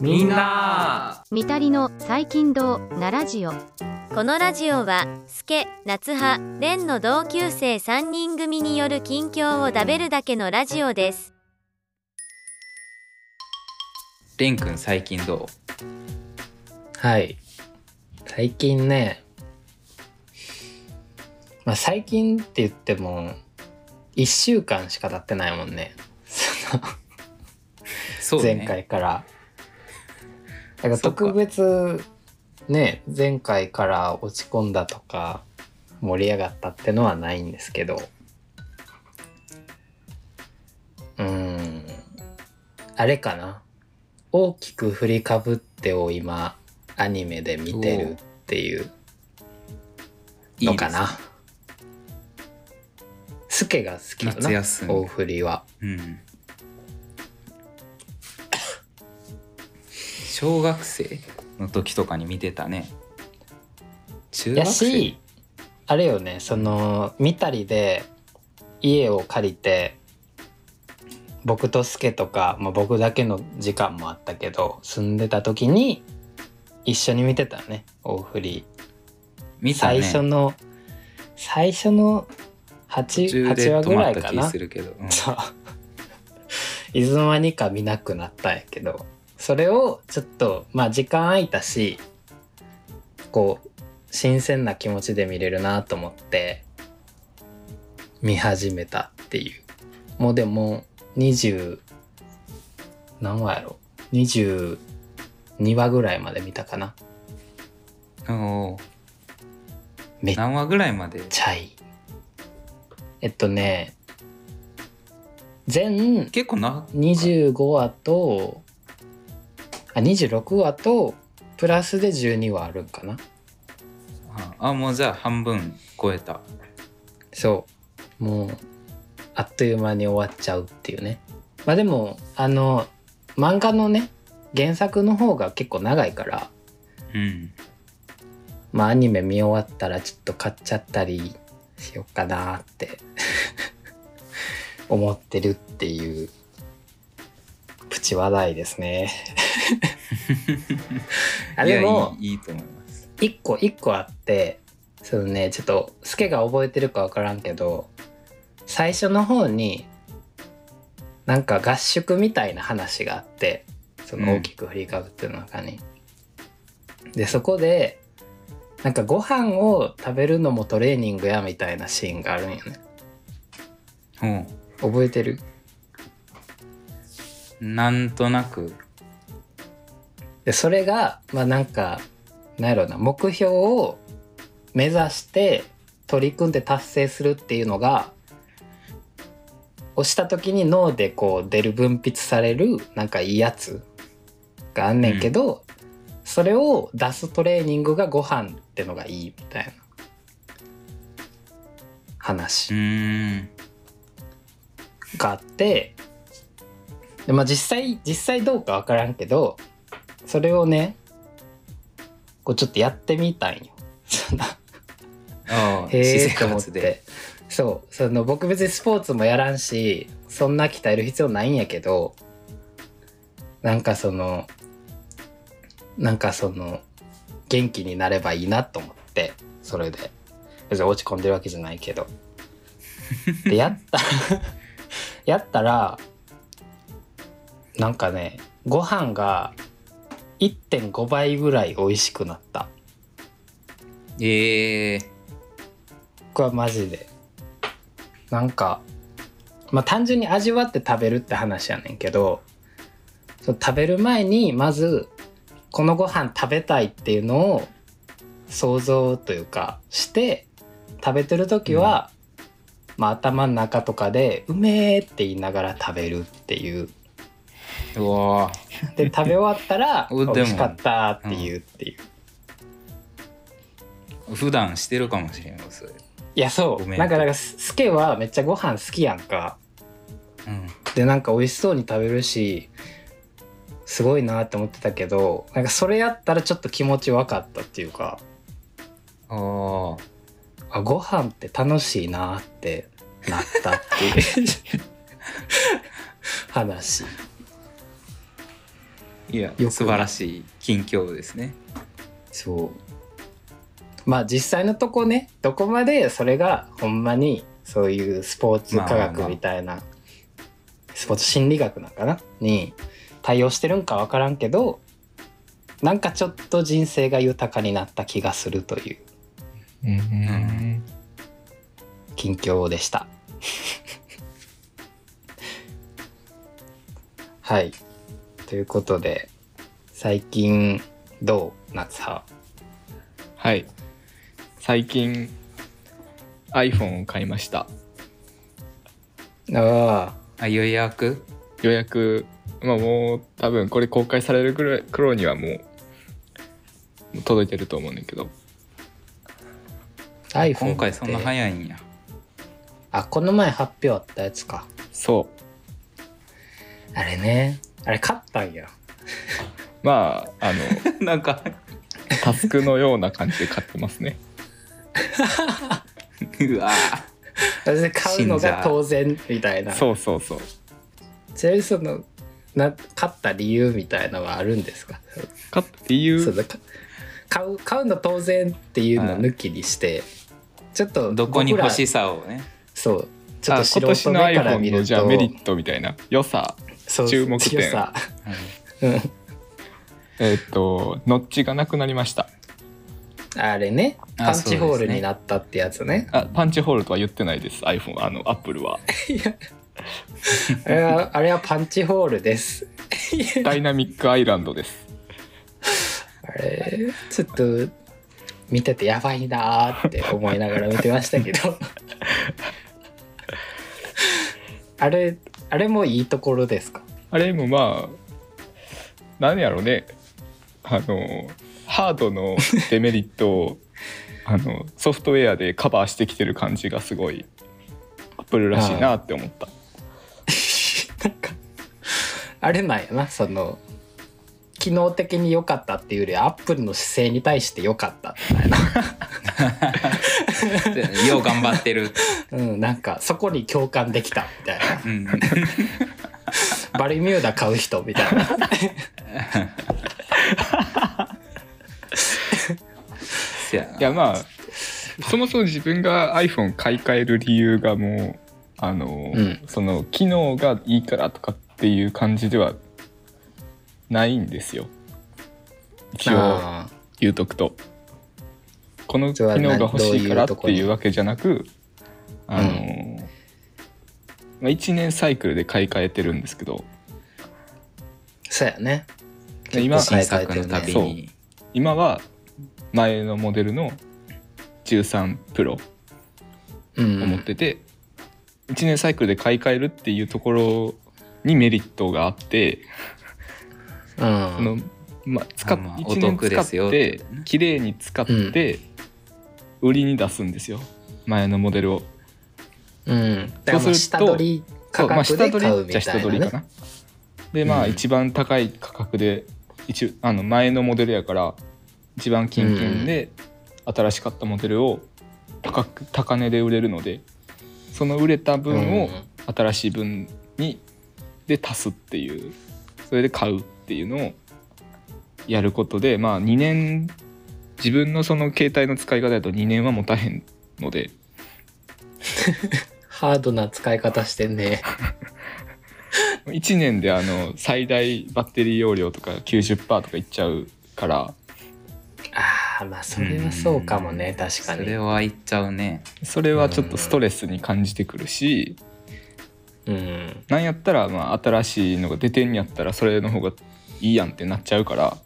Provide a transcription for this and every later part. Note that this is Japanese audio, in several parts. みんなみたりの最近どうなラジオこのラジオは、スケ、夏葉、レンの同級生3人組による近況を食べるだけのラジオです。レン君最近どはい。最近ね、まあ最近って言っても、一週間しか経ってないもんね。そのうそうね前回から。だからそっか特別、ね、前回から落ち込んだとか、盛り上がったってのはないんですけど。うーん。あれかな。大きく振りかぶってを今、アニメで見てるっていういのいでかすな。スケが好きかな。夏休み大振りは。うん小学生の時とかに見てたね中や学生しあれよねその見たりで家を借りて僕とスケとか、まあ、僕だけの時間もあったけど住んでた時に一緒に見てたね大振り、見た最ね初の最初の 8, 途中8話で止ぐまらっいたか気なするけど、うんそういつの間にか見なくなったんやけどそれをちょっとまあ時間空いたしこう新鮮な気持ちで見れるなと思って見始めたっていうもうでも20何話やろ22話ぐらいまで見たかな おーめっ何話ぐらいまでちゃいいえっとね全結構な25話とあ26話とプラスで12話あるんかなあもうじゃあ半分超えたそうもうあっという間に終わっちゃうっていうねまあでもあの漫画のね原作の方が結構長いからうんまあアニメ見終わったらちょっと買っちゃったりしようかなって 思ってるっていうプチ話題です ねあいやでもいいいいと思います一個一個あってそのねちょっとスケが覚えてるか分からんけど最初の方になんか合宿みたいな話があってその大きく振りかぶっての中に。でそこでなんかご飯を食べるのもトレーニングやみたいなシーンがあるんよね。うん覚えてるなんとなくでそれがまあなんかなんやろな目標を目指して取り組んで達成するっていうのが押した時に脳でこう出る分泌されるなんかいいやつがあんねんけど、それを出すトレーニングがご飯ってのがいいみたいな話うーんがあってで、まあ、実際実際どうか分からんけどそれをねこうちょっとやってみたんよ。 そんなああへ私え生って思っ活でてそうその僕別にスポーツもやらんしそんな鍛える必要ないんやけどなんかそのなんかその元気になればいいなと思ってそれで別に落ち込んでるわけじゃないけどでやった やったらなんかねご飯が1.5倍ぐらい美味しくなったええ僕はマジでなんかまあ単純に味わって食べるって話やねんけどその食べる前にまずこのご飯食べたいっていうのを想像というかして食べてる時は、まあ、頭の中とかで「うめえ」って言いながら食べるっていううわ で食べ終わったら「うんでも美味しかった」って言うっていう、ー普段してるかもしれんわそれいやそごうめんなんかなんかススケはめっちゃご飯好きやんかうんでなんか美味しそうに食べるしすごいなって思ってたけどなんかそれやったらちょっと気持ち分かったっていうかあああご飯って楽しいなってなったっていう話いやく素晴らしい近況ですねそうまあ実際のとこねどこまでそれがほんまにそういうスポーツ科まあまあま学あみたいな、スポーツ心理学なんかなに対応してるんか分からんけどなんかちょっと人生が豊かになった気がするといううんん近況でした。 はい。ということで、最近どう夏葉。はい最近 iPhone を買いましたああ予約ようやくまあもう多分これ公開されるくらい頃にはもうもう届いてると思うんだけどあ、iPhone 今回そんなって早いんやあ、この前発表あったやつか。そあれね。あれ買ったんや。うまああ のなんかタスクのような感じで買ってますねうわ私買うの信が者当然みたいな。そうそうそうちなみにその、な買った理由みたいのはあるんですか買っていそううだか買う買うの当然っていうのを抜きにして、ちょっとどこに僕ら欲しさをねそうちょっあと今素年人の目から見 iPhone のるじゃあとメリットみたいな良さそう注目点強さうんえーっとノッチがなくなりましたあれねあパンチホーそうでルすねになったってやつねあパンチホールとは言ってないです iPhone あの Apple はあれはあれはパンチホールですダイナミックアイランドですあれちょっと見ててやばいなーって思いながら見てましたけど あれあれもいいところですかあれもまあ何やろうねあのハード のデメリットをあのソフトウェアでカバーしてきてる感じがすごい Apple らしいなって思ったなんかあれなんやなその機能的に良かったっていうよりアップルの姿勢に対して良かったみたいな、よう頑張ってる、うん、なんかそこに共感できたみたいな うん、バルミューダ買う人みたいな せやないやまあそもそも自分が iPhone 買い替える理由がもうあの、うんその機能がいいからとかっていう感じではないんですよ一応あ言うとくとこの機それは能が欲しいからっどういうとこてにいうわけじゃなくあの、うまあ、1年サイクルで買い替えてるんですけどーそうやねで今結構新買い替え作てのるねたびに今は前のモデルの13プロうん思ってて、1年サイクルで買い替えるっていうところにメリットがあって、うそんのまあ、使っあまあ1年お得です使よっっててことね綺麗に使って売りに出すんですよ、前のモデルを。うんだからまあ下取り価格で買うみじゃ下たい取りなかねな。でまあうん一番高い価格で、一あの前のモデルやから一番キンキンで新しかったモデルを高く高値で売れるのでその売れた分をうん新しい分にで足すっていうそれで買うっていうのをやることでまあ2年自分のその携帯の使い方だと2年は持たへんのでハードな使い方してんね1年であの最大バッテリー容量とか90%とかいっちゃうからああまあそれはそうかもね確かそにれはいっちゃうねそれはちょっとストレスに感じてくるしうんなんやったらまあ新しいのが出てんやったらそれの方がいいやんってなっちゃうから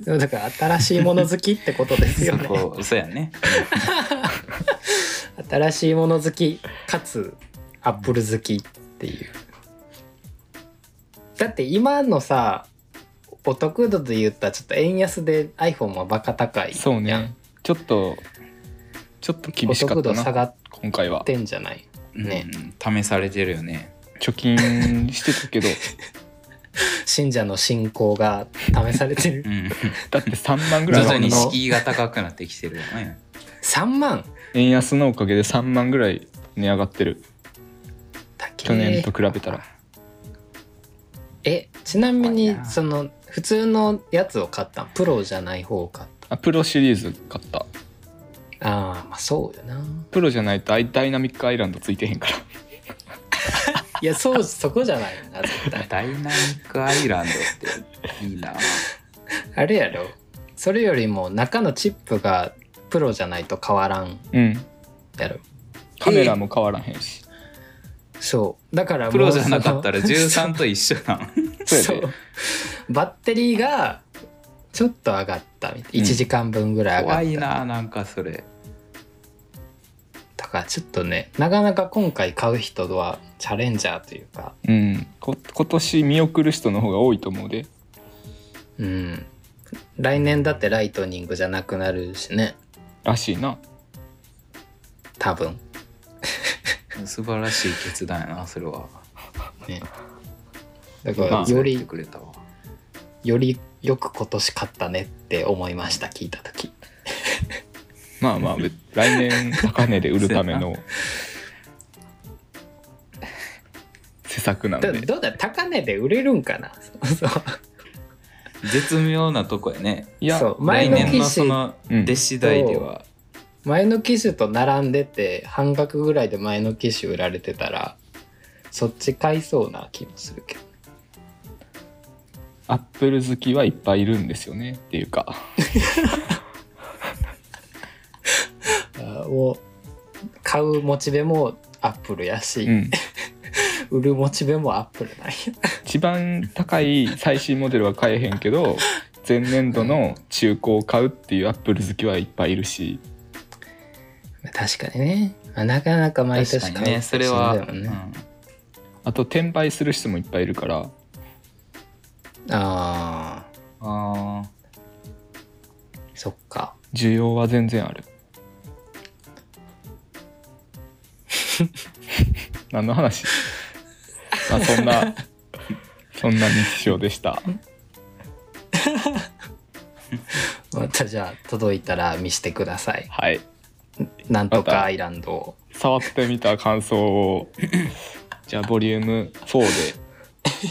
でもだから新しいもの好きってことですよそねこそうやね新しいもの好きかつアップル好きっていうだって今のさお得度で言ったらちょっと円安で iPhone はバカ高いそうねちょっとちょっと厳おしかっ得た度下ながっ今回はてんじゃないねうん、試されてるよね貯金してたけど信者の信仰が試されて るうんだって3万ぐ徐らい々はにし敷居が高くなってきてるよ ね3万円安のおかげで3万ぐらい値上がってるだけ去年と比べたらえちなみ怖いになその普通のやつを買ったんプロじゃない方を買っあプロシリーズ買ったたああまあそうよなプロじゃないとあいダイナミックアイランドついてへんからいや そうそこじゃないよな絶対ダイナミックアイランドっていいな。あれやろそれよりも中のチップがプロじゃないと変わらんうんやろカメラも変わらへんし、そうだからもう プロじゃなかったらその13と一緒なの。そ そうやでうバッテリーがちょっと上がったみたい1時間分ぐらい上がった、 怖いな、なんかそれ。だからちょっとねなかなか今回買う人はチャレンジャーというかうん、こ今年見送る人の方が多いと思うでうん来年だってライトニングじゃなくなるしねらしいな多分素晴らしい決断やな、それは。ねだからまあよ言ってりくれたわ。よりよく今年買ったねって思いました聞いた時ま あまあ別来年高値で売るための施策なんどでどうだ高値で売れるんかな そうそう絶妙なとこやね。いやそう前来の年機のそ種のうん出次第では、前の機種と並んでて半額ぐらいで前の機種売られてたらそっち買いそうな気もするけどアップル好きはいっぱいいるんですよねっていうかあーを買うモチベもアップルやし、うん売るモチベもアップルなんや一番高い最新モデルは買えへん けど前年度の中古を買うっていうアップル好きはいっぱいいるし確かにね、まあなかなか毎年確かにね、それは、うんあと転売する人もいっぱいいるからあああーそっか需要は全然ある 何の話まあそんなそんな日常でしたまたじゃあ届いたら見してくださいはいなんとまたかアイランドを 触ってみた感想をじゃあボリューム4で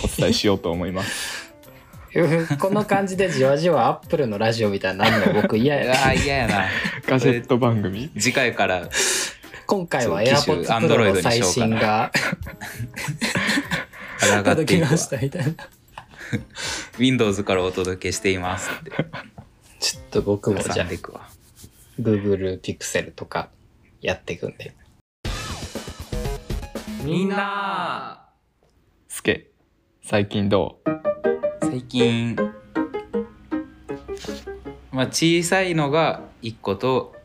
お伝えしようと思います この感じでじわじわアップルのラジオみたいになるの僕嫌うや わ嫌 やな。ガジェット番組次回から今回はそう AirPods 機種 Android Pro にのしようかな最新が上がっ届てきいまくわし。たみたいな Windows からお届けしていますってちょっと僕もじ挟ゃあんでいくわ。 Google Pixel とかやっていくんでみんなスケ最近どう最近、まあ、小さいのが1個と、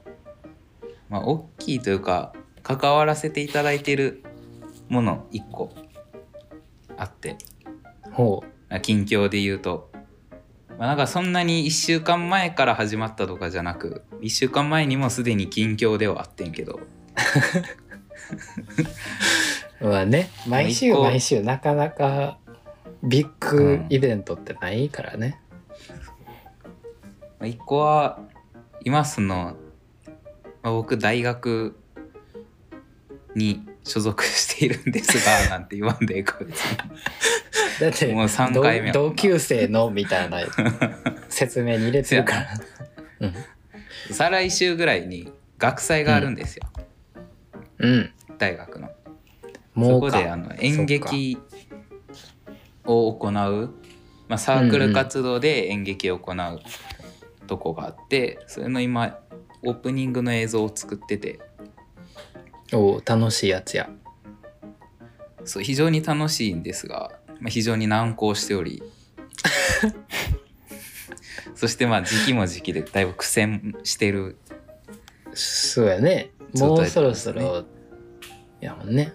まあ、大きいというか関わらせていただいてるもの1個あってほまあ近況で言うと、まあ、なんかそんなに1週間前から始まったとかじゃなく1週間前にもすでに近況ではあってんけどうまあね毎週もう一個毎週なかなかビッグイベントってないからね、 1個は今その、まあ、僕大学に所属しているんですがなんて言わんでええか別にだ ってもう3回目やもん同な同級生のみたい な説明に入れてるから、うん、再来週ぐらいに学祭があるんですよ、うん、大学のもそうこかであの演劇を行う、まあ、サークル活動で演劇を行うとこがあって、それの今オープニングの映像を作ってておう楽しいやつやそう非常に楽しいんですが、まあ、非常に難航しておりそしてまあ時期も時期でだいぶ苦戦してるそうやねもうそろそろやもんね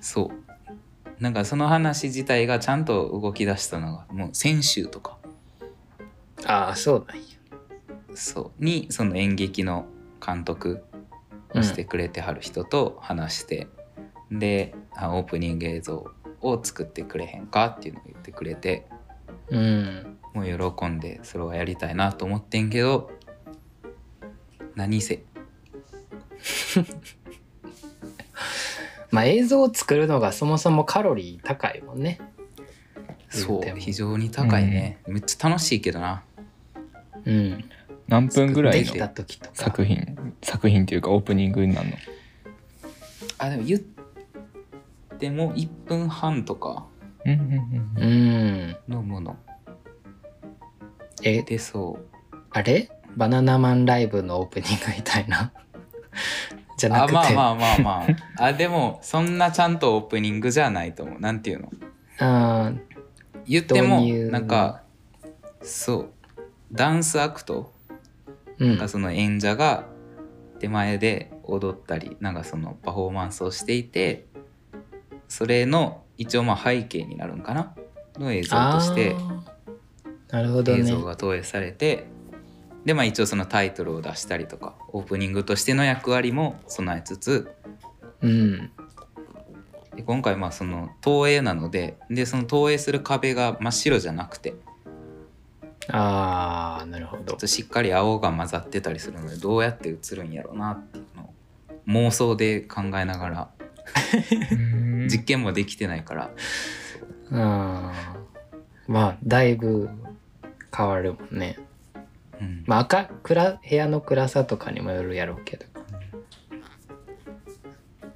そうなんかその話自体がちゃんと動き出したのがもう先週とかああそうなんやそうにその演劇の監督をしてくれてはる人と話して、であオープニング映像を作ってくれへんかっていうのを言ってくれてうんもう喜んでそれはやりたいなと思ってんけど何せまあ映像を作るのがそもそもカロリー高いもんね言そうてうも非常に高いね、めっちゃ楽しいけどなうん、何分ぐらでいきたの時とか作品作品っていうかオープニングになるのあでも言っても1分半とかうんうんうんうんのものえ出そうあれバナナマンライブのオープニングみたいな じゃなあくてまあまあまあまあ あでもそんなちゃんとオープニングじゃないと思うなんていうのあー言っても導入なんかそうダンスアクトうんなんかその演者が手前で踊ったりなんかそのパフォーマンスをしていてそれの一応まあ背景になるんかなの映像としてあーなるほど映ね像が投影されてでまあ一応そのタイトルを出したりとかオープニングとしての役割も備えつつうんで今回まあその投影なのででその投影する壁が真っ白じゃなくてちああなるほょどっとしっかり青が混ざってたりするのでどうやって映るんやろうなっていうのを妄想で考えながらうん実験もできてないからあーまあだいぶ変わるもんねうんまあ赤暗部屋の暗さとかにもよるやろうけどっ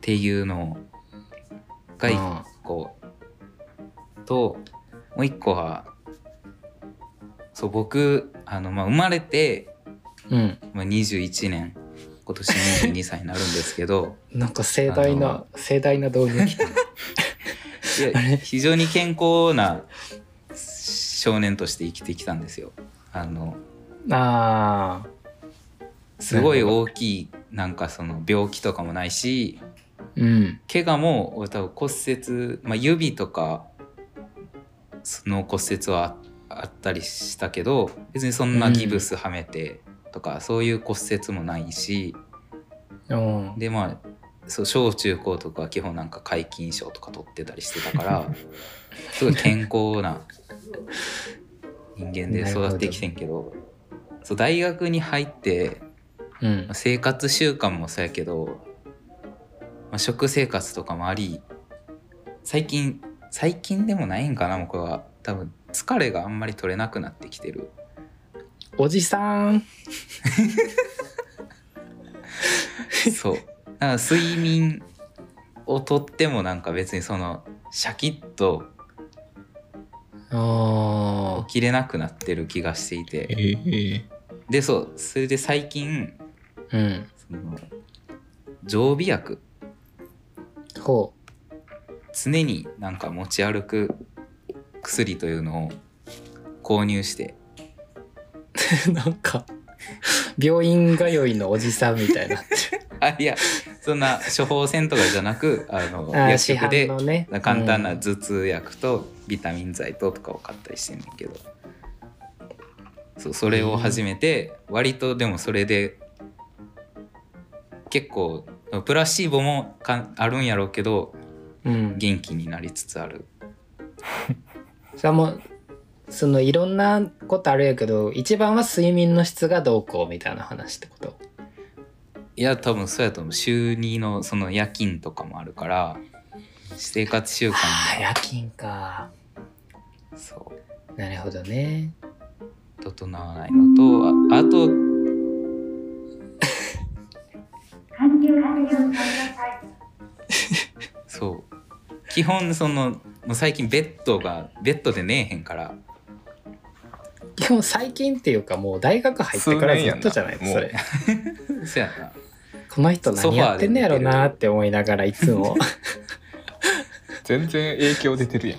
ていうのが1あ個ともう1個はそう僕あの、まあ、生まれて、ーうんまあ、21年今年22歳になるんですけどなんか盛大あな盛大な導入来 たいや非常に健康な少年として生きてきたんですよ。あのあすごいなる大きいなんかその病気とかもないしーうん怪我も俺多分骨折、まあ、指とかその骨折はああったりしたけど別にそんなギブスはめてとか、そういう骨折もないしうんでまあそう小中高とかは基本なんか皆勤賞とか取ってたりしてたから すごい健康な人間で育ってきてんけどそう大学に入ってうん生活習慣もそうやけど、まあ、食生活とかもあり最近最近でもないんかなもうこれは多分疲れがあんまり取れなくなってきてるおじさんそうなんか睡眠をとってもなんか別にそのシャキッとあ起きれなくなってる気がしていえてーでそうそれで最近ーうんその常備薬ほ常になんか持ち歩く薬というのを購入してう なんか病院通いのおじさんみたいなあいやそんな処方箋とかじゃなくあのあー薬市局販でのね簡単なうん頭痛薬とビタミン剤ととかを買ったりしてんねんけどそうそれを始めて割とでもそれで結構プラシーボもかあるんやろうけどうん元気になりつつあるそれはもうそのいろんなことあるやけど一番は睡眠の質がどうこうみたいな話ってこといや多分そうやと思う週2のその夜勤とかもあるから生活習慣あが夜勤かそうなるほどね整わないのとああとそう基本そのもう最近ベッドがベッドで寝えへんからでも最近っていうかもう大学入ってからずっとじゃない数年そやんなれそやなこの人何やってんねやろなって思いながらいつも全然影響出てるやん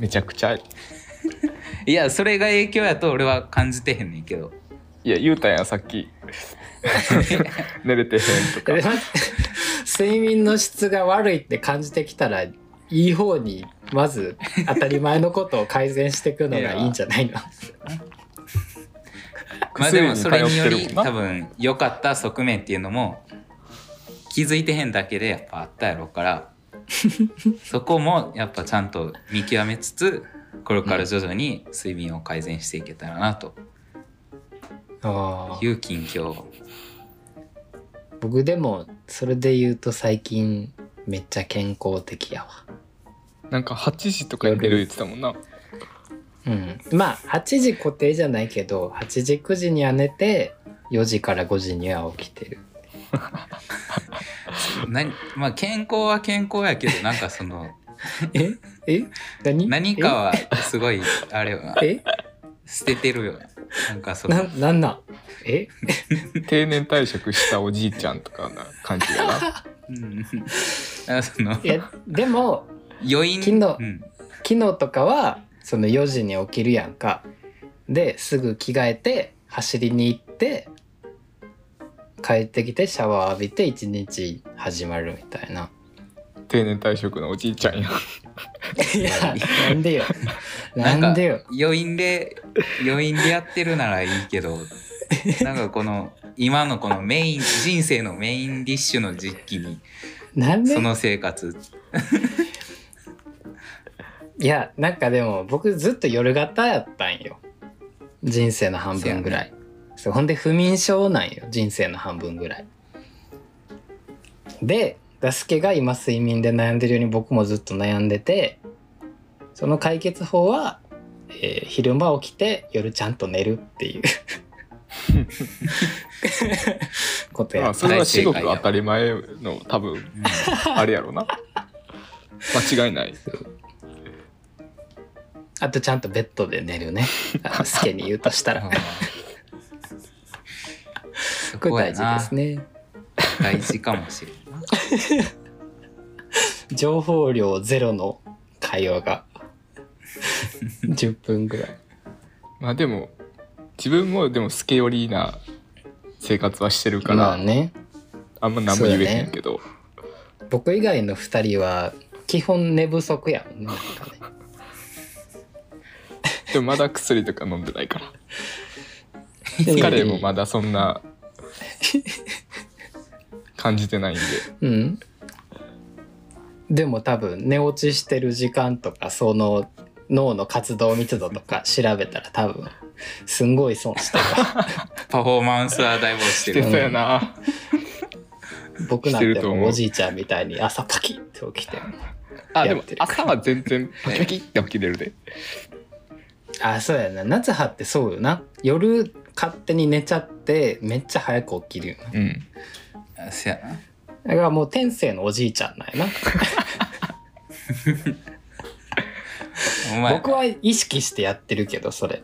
めちゃくちゃいいやそれが影響やと俺は感じてへんねんけどや言うたやんさっ き寝れてへんとか でま睡眠の質が悪いって感じてきたらいい方にまず当たり前のことを改善していくのがいいんじゃないのまあでもそれ薬によりもん多分良かった側面っていうのも気づいてへんだけでやっぱあったやろから そこもやっぱちゃんと見極めつつこれから徐々に睡眠を改善していけたらなとああいう近況僕でもそれで言うと最近めっちゃ健康的やわなんか8時とかに出る言ってたもんなうん、まあ8時固定じゃないけど8時9時には寝て4時から5時には起きてる何まあ健康は健康やけどなんかそのえ え何何かはすごいあれはえ捨ててるよなんかそなのなんなんえ定年退職したおじいちゃんとかな感じだなうんなんかそのいやでも余韻金のうん昨日とかはその4時に起きるやんかですぐ着替えて走りに行って帰ってきてシャワー浴びて一日始まるみたいな定年退職のおじいちゃんやいやなんでよな なんんかでよ余韻で余韻でやってるならいいけ どなんかこの今のこのメイン人生のメインディッシュの時期になんでその生活いやなんかでも僕ずっと夜型やったんよ人生の半分ぐらいそうほんで不眠症なんよ人生の半分ぐらいでダスケが今睡眠で悩んでるように僕もずっと悩んでてその解決法は、えー昼間起きて夜ちゃんと寝るって いうことまやあっそれは至極当たり前の多分あれやろな間違いないあとちゃんとベッドで寝 るねあスケに言うとしたらそここれや大事なですね大事かもしれんな情報量ゼロの会話 が10分ぐらいまあでも自分もでもスケ寄りな生活はしてるから、まああねんま何も言えへんけど、僕以外の2人は基本寝不足やもんねなん かねでもまだ薬とか飲んでないから疲れもまだそんな感じてないんでうんでも多分寝落ちしてる時間とかその脳の活動密度とか調べたら多分すんごい損したわパフォーマンスはだいぶ落ちてしてるそうやな僕なんしててるとも思ううおじいちゃんみたいに朝パキッて起きてあでやもってる朝は全然パキパキって起きれるであそうやな夏葉ってそうよな夜勝手に寝ちゃってめっちゃ早く起きるよなうんあそやなだからもう天性のおじいちゃんなんやおな前僕は意識してやってるけどそれ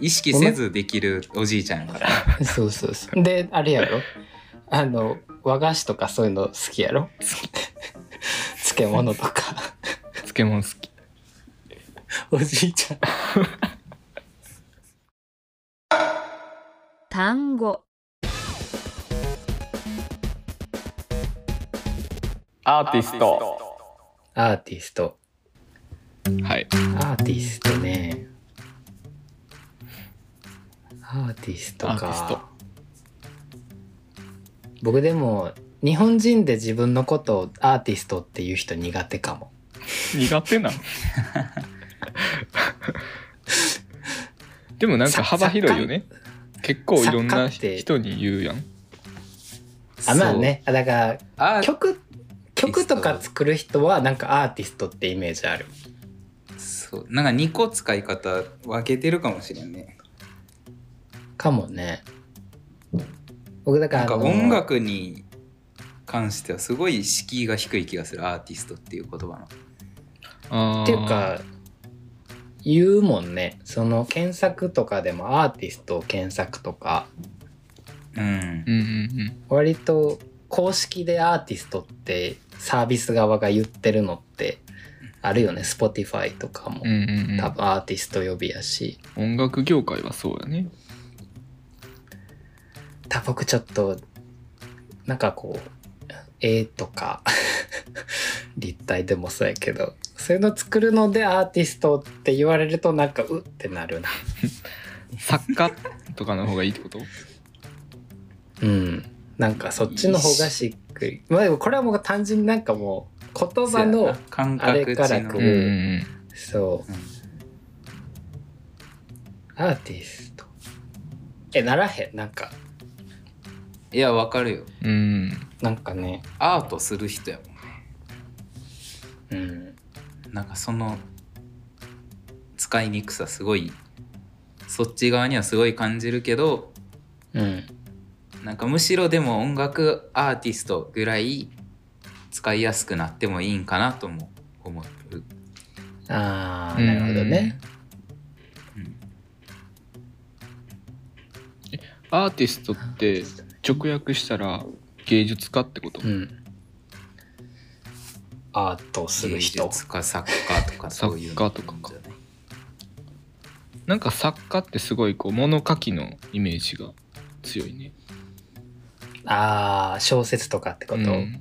意識せずできるおじいちゃんやからそうそうそうであれやろあの和菓子とかそういうの好きやろ漬物とか漬物好きおじいちゃん単語アーティストアーティストはいアーティストねアーティストアーティストか僕でも日本人で自分のことをアーティストっていう人苦手かも苦手なの でもなんか幅広いよね結構いろんな作家って人に言うやんあまあねあだからそうあ曲曲とか作る人はなんかアーティストってイメージあるそうなんか2個使い方分けてるかもしれんねかもね僕だからなんかあの音楽に関してはすごい敷居が低い気がするアーティストっていう言葉のっっていうか言うもんねその検索とかでもアーティストを検索とかうんうんうん割と公式でアーティストってサービス側が言ってるのってあるよね Spotify とかもうんうんうんうん多分アーティスト呼びやし音楽業界はそうやね多分僕ちょっとなんかこう絵とか 立体でもそうやけどそういうの作るのでアーティストって言われるとなんかうってなるな作家とかの方がいいってことうんなんかそっちの方がしっくりまあでもこれはもう単純になんかもう言葉そうやのな感あ覚れから値来の、るうんうんそううんアーティストえならへんなんかいやわかるようんうんなんかねアートする人やもんねうんなんかその使いにくさすごいそっち側にはすごい感じるけどうんなんかむしろでも音楽アーティストぐらい使いやすくなってもいいんかなとも思う。ああなるほどねアーティストって直訳したら芸術家ってこと、うんアートする人芸術家作家とかそういう作家とかかなんか作家ってすごいこう物書きのイメージが強いね。ああ小説とかってこと、うんで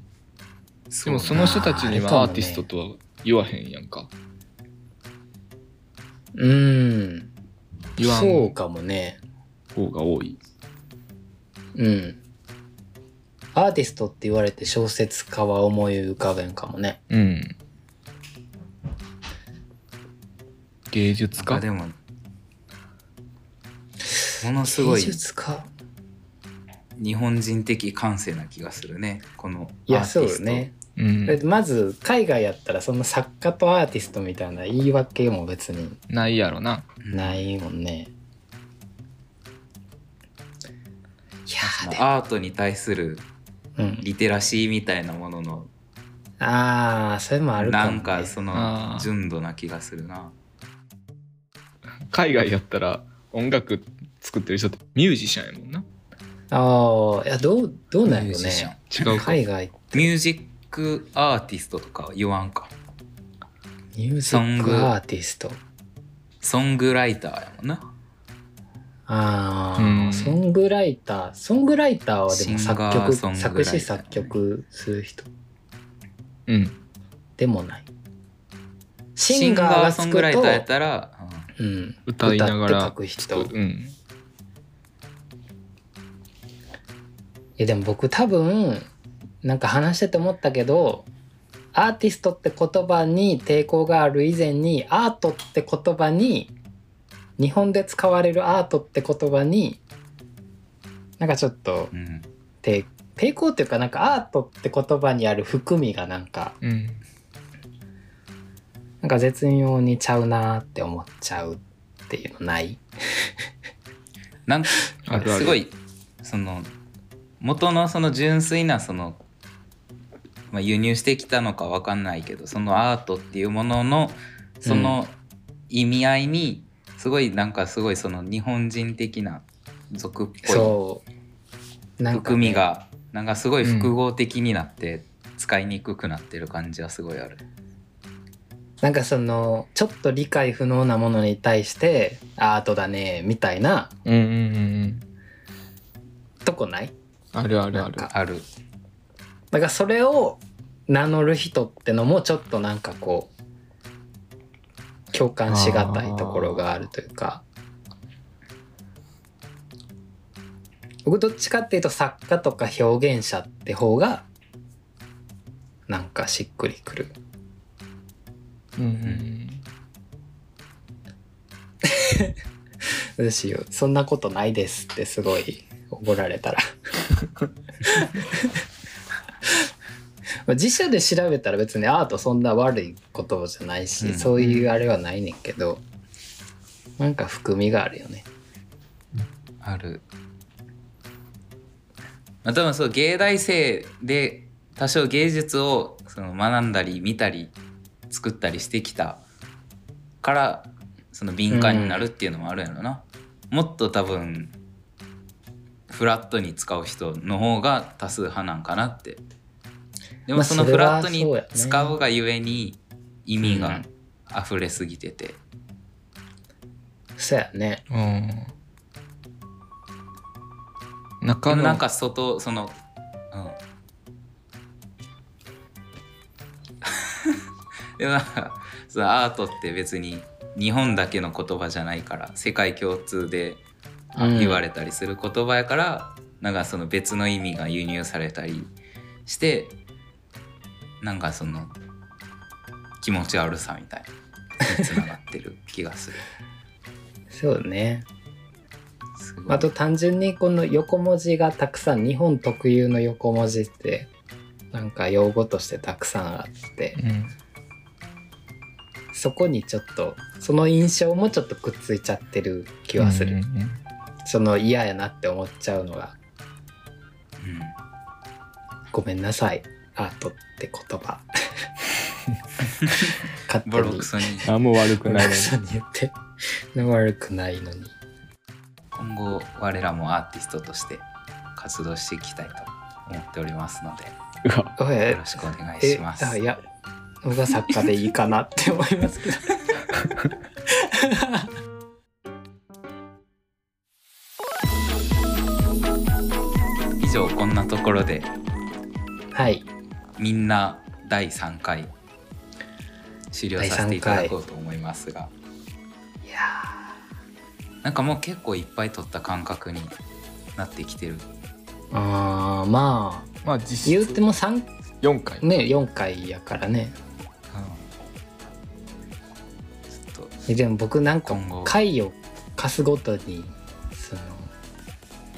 でもその人たちにあーはあアるかもねーティストとは言わへんやんか。うん言わんそうかもね方が多い。うんアーティストって言われて小説家は思い浮かべんかもねうん。芸術あ家でもものすごい芸術家日本人的感性な気がするねこのいアやーテそィうよストね、うんだってまず海外やったらそんな作家とアーティストみたいな言い訳も別にないやろな。うんないもんね、いやーでもアートに対するうん、リテラシーみたいなもののああそれもあるかも、なね、んかそあのー純度な気がするな海外やったら音楽作ってる人ってミュージシャンやもんな。ああいやどうどうなんミよュージシャンね違うか。海外ミュージックアーティストとかは言わんかミュージックアーティストソングライターやもんなあうあんソングライターソングライターはでもシン作ガー曲ソングライター作詞作曲する人うん。でもないシシンンガーガがーソつンくグライタとーやったら、うん、歌いながら歌って書く人いうん。やでも僕多分なんか話してて思ったけどアーティストって言葉に抵抗がある以前にアートって言葉に日本で使われるアートって言葉になんかちょっとうんうん抵抵抗っていうかなんかアートって言葉にある含みがなんかうん。なんか絶妙にちゃうなーって思っちゃうっていうのないなんかあるあるすごいその元のその純粋なその、まあ、輸入してきたのかわかんないけどそのアートっていうもののその意味合いにすごいなんかすごいその日本人的な俗っぽそうないんか含ね、みがなんかすごい複合的になって使いにくくなってる感じはすごいある。なんかそのちょっと理解不能なものに対してアートだねみたいなうんうんうんうん。とこないあるあるあなんるか。あるだからそれを名乗る人ってのもちょっとなんかこう共感しがたいところがあるというか僕どっちかっていうと作家とか表現者って方がなんかしっくりくるうんうんうん。どうしようそんなことないですってすごい怒られ たらまあ辞書で調べたら別にアートそんな悪いことじゃないし、うんそういうあれはないねんけどなんか含みがあるよねある。まあ、多分そう芸大生で多少芸術をその学んだり見たり作ったりしてきたからその敏感になるっていうのもあるやろな、もっと多分フラットに使う人の方が多数派なんかなってでまもあそのそフれはラットにそうやね使うがゆえに意味うがん溢れすぎてて、そうやねうん。中でのもなんか外そのうん でもなんかそのアートって別に日本だけの言葉じゃないから世界共通であうん言われたりする言葉やから、なんかその別の意味が輸入されたりしてなんかその気持ち悪さみたいなつながってる気がする。そうねすごいあと単純にこの横文字がたくさん日本特有の横文字ってなんか用語としてたくさんあってうんそこにちょっとその印象もちょっとくっついちゃってる気はする、うんうんうんその嫌やなって思っちゃうのがごめんなさいアートって言葉 勝手うん、にボロクソに何も悪くボロないクソに言って 悪くないのに今後我らもアーティストとして活動していきたいと思っておりますのでうわおいよろしくお願いします。あいや僕は作家でいいかなって思います けど以上こんなところではいみんな第3回終了させていただこうと思いますがいやなんかもう結構いっぱい撮った感覚になってきてるーあーまあまあ実言うて質も3 4回ね4回やからねちょっとえでも僕なんか今後回を貸すごとにその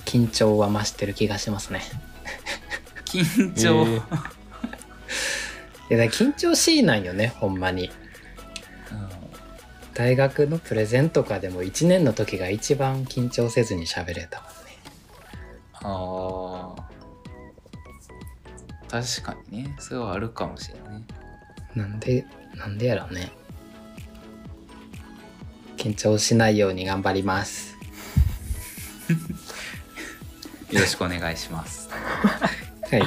緊張は増してる気がしますね緊張、えーいやだから緊張しいなんよねほんまに大学のプレゼンとかでも1年の時が一番緊張せずに喋れたもんねあー確かにねそれはあるかもしれないねなんでなんでやらね緊張しないように頑張りますよろしくお願いしますはい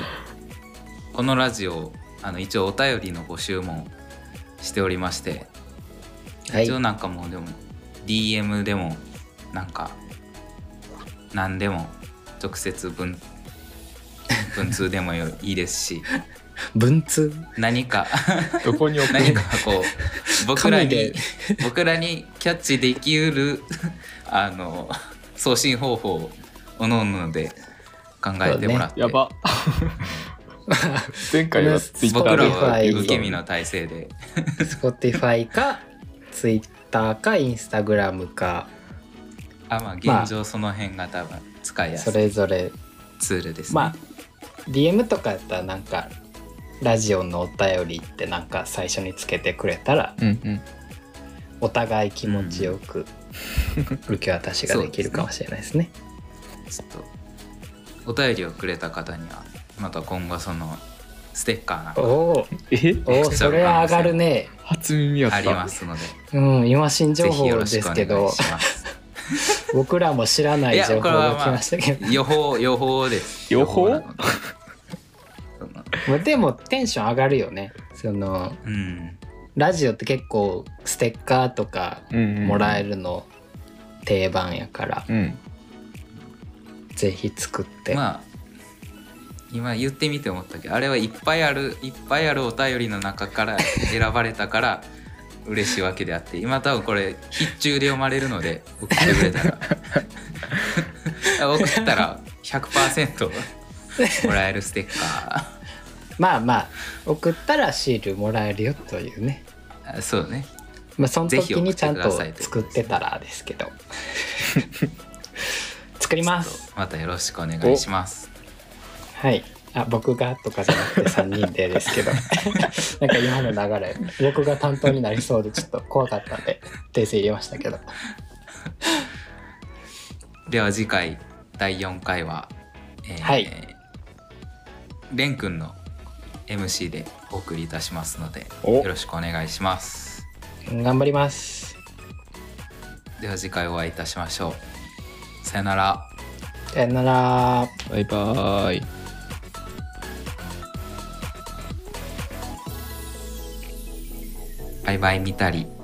このラジオあの一応お便りの募集もしておりまして、は一応いなんかもうでも DM でもなんか何でも直接 文文通でもよいいですし文通何 かどこに送る何のかこう僕ら神でに僕らにキャッチできうるあの送信方法をおのおので考えてもらって、やば前回はツイッタ僕ーらでは Spotify 受け身の体制で Spotify か Twitter か Instagram かあまあ現状その辺が多分使いやすそいれぞれツールですね、まあ DM とかやったらなんかラジオのお便りってなんか最初につけてくれたらうんうんお互い気持ちよく受け渡しができるかもしれないですね。ちょっとお便りをくれた方にはまた今後そのステッカおーなんかおえおおそれは上がるね。初耳やったありますのでうん今新情ぜひよ報ろでしくおす願けいしどます。僕らも知らないいや情報これはがまあ来ましたけど、予報予報です。予報なのでそのまあ でもテンション上がるよね。そのうんラジオって結構ステッカーとかもらえるるの定番やから、うんぜひ作って、まあ今言ってみて思ったけどあれはいっぱいあるいっぱいあるお便りの中から選ばれたから嬉しいわけであって今多分これ必中で読まれるので送ってくれたら送ったら100%もらえるステッカまあまあ送ったらシールもらえるよというねーあそうねまあそのぜひ時送っにてちゃんくだとさいというこ作とっですねてたらですけど 作りますまたよろしくお願いしますはいあ僕がとかじゃなくて3人でです けどなんか今の流れ僕が担当になりそうでちょっと怖かったんで訂正入れましたけどでは次回第4回は、えーはいレン君の MC でお送りいたしますのでおよろしくお願いします頑張りますでは次回お会いいたしましょうさよならさよならバイバーイバイバイ見たり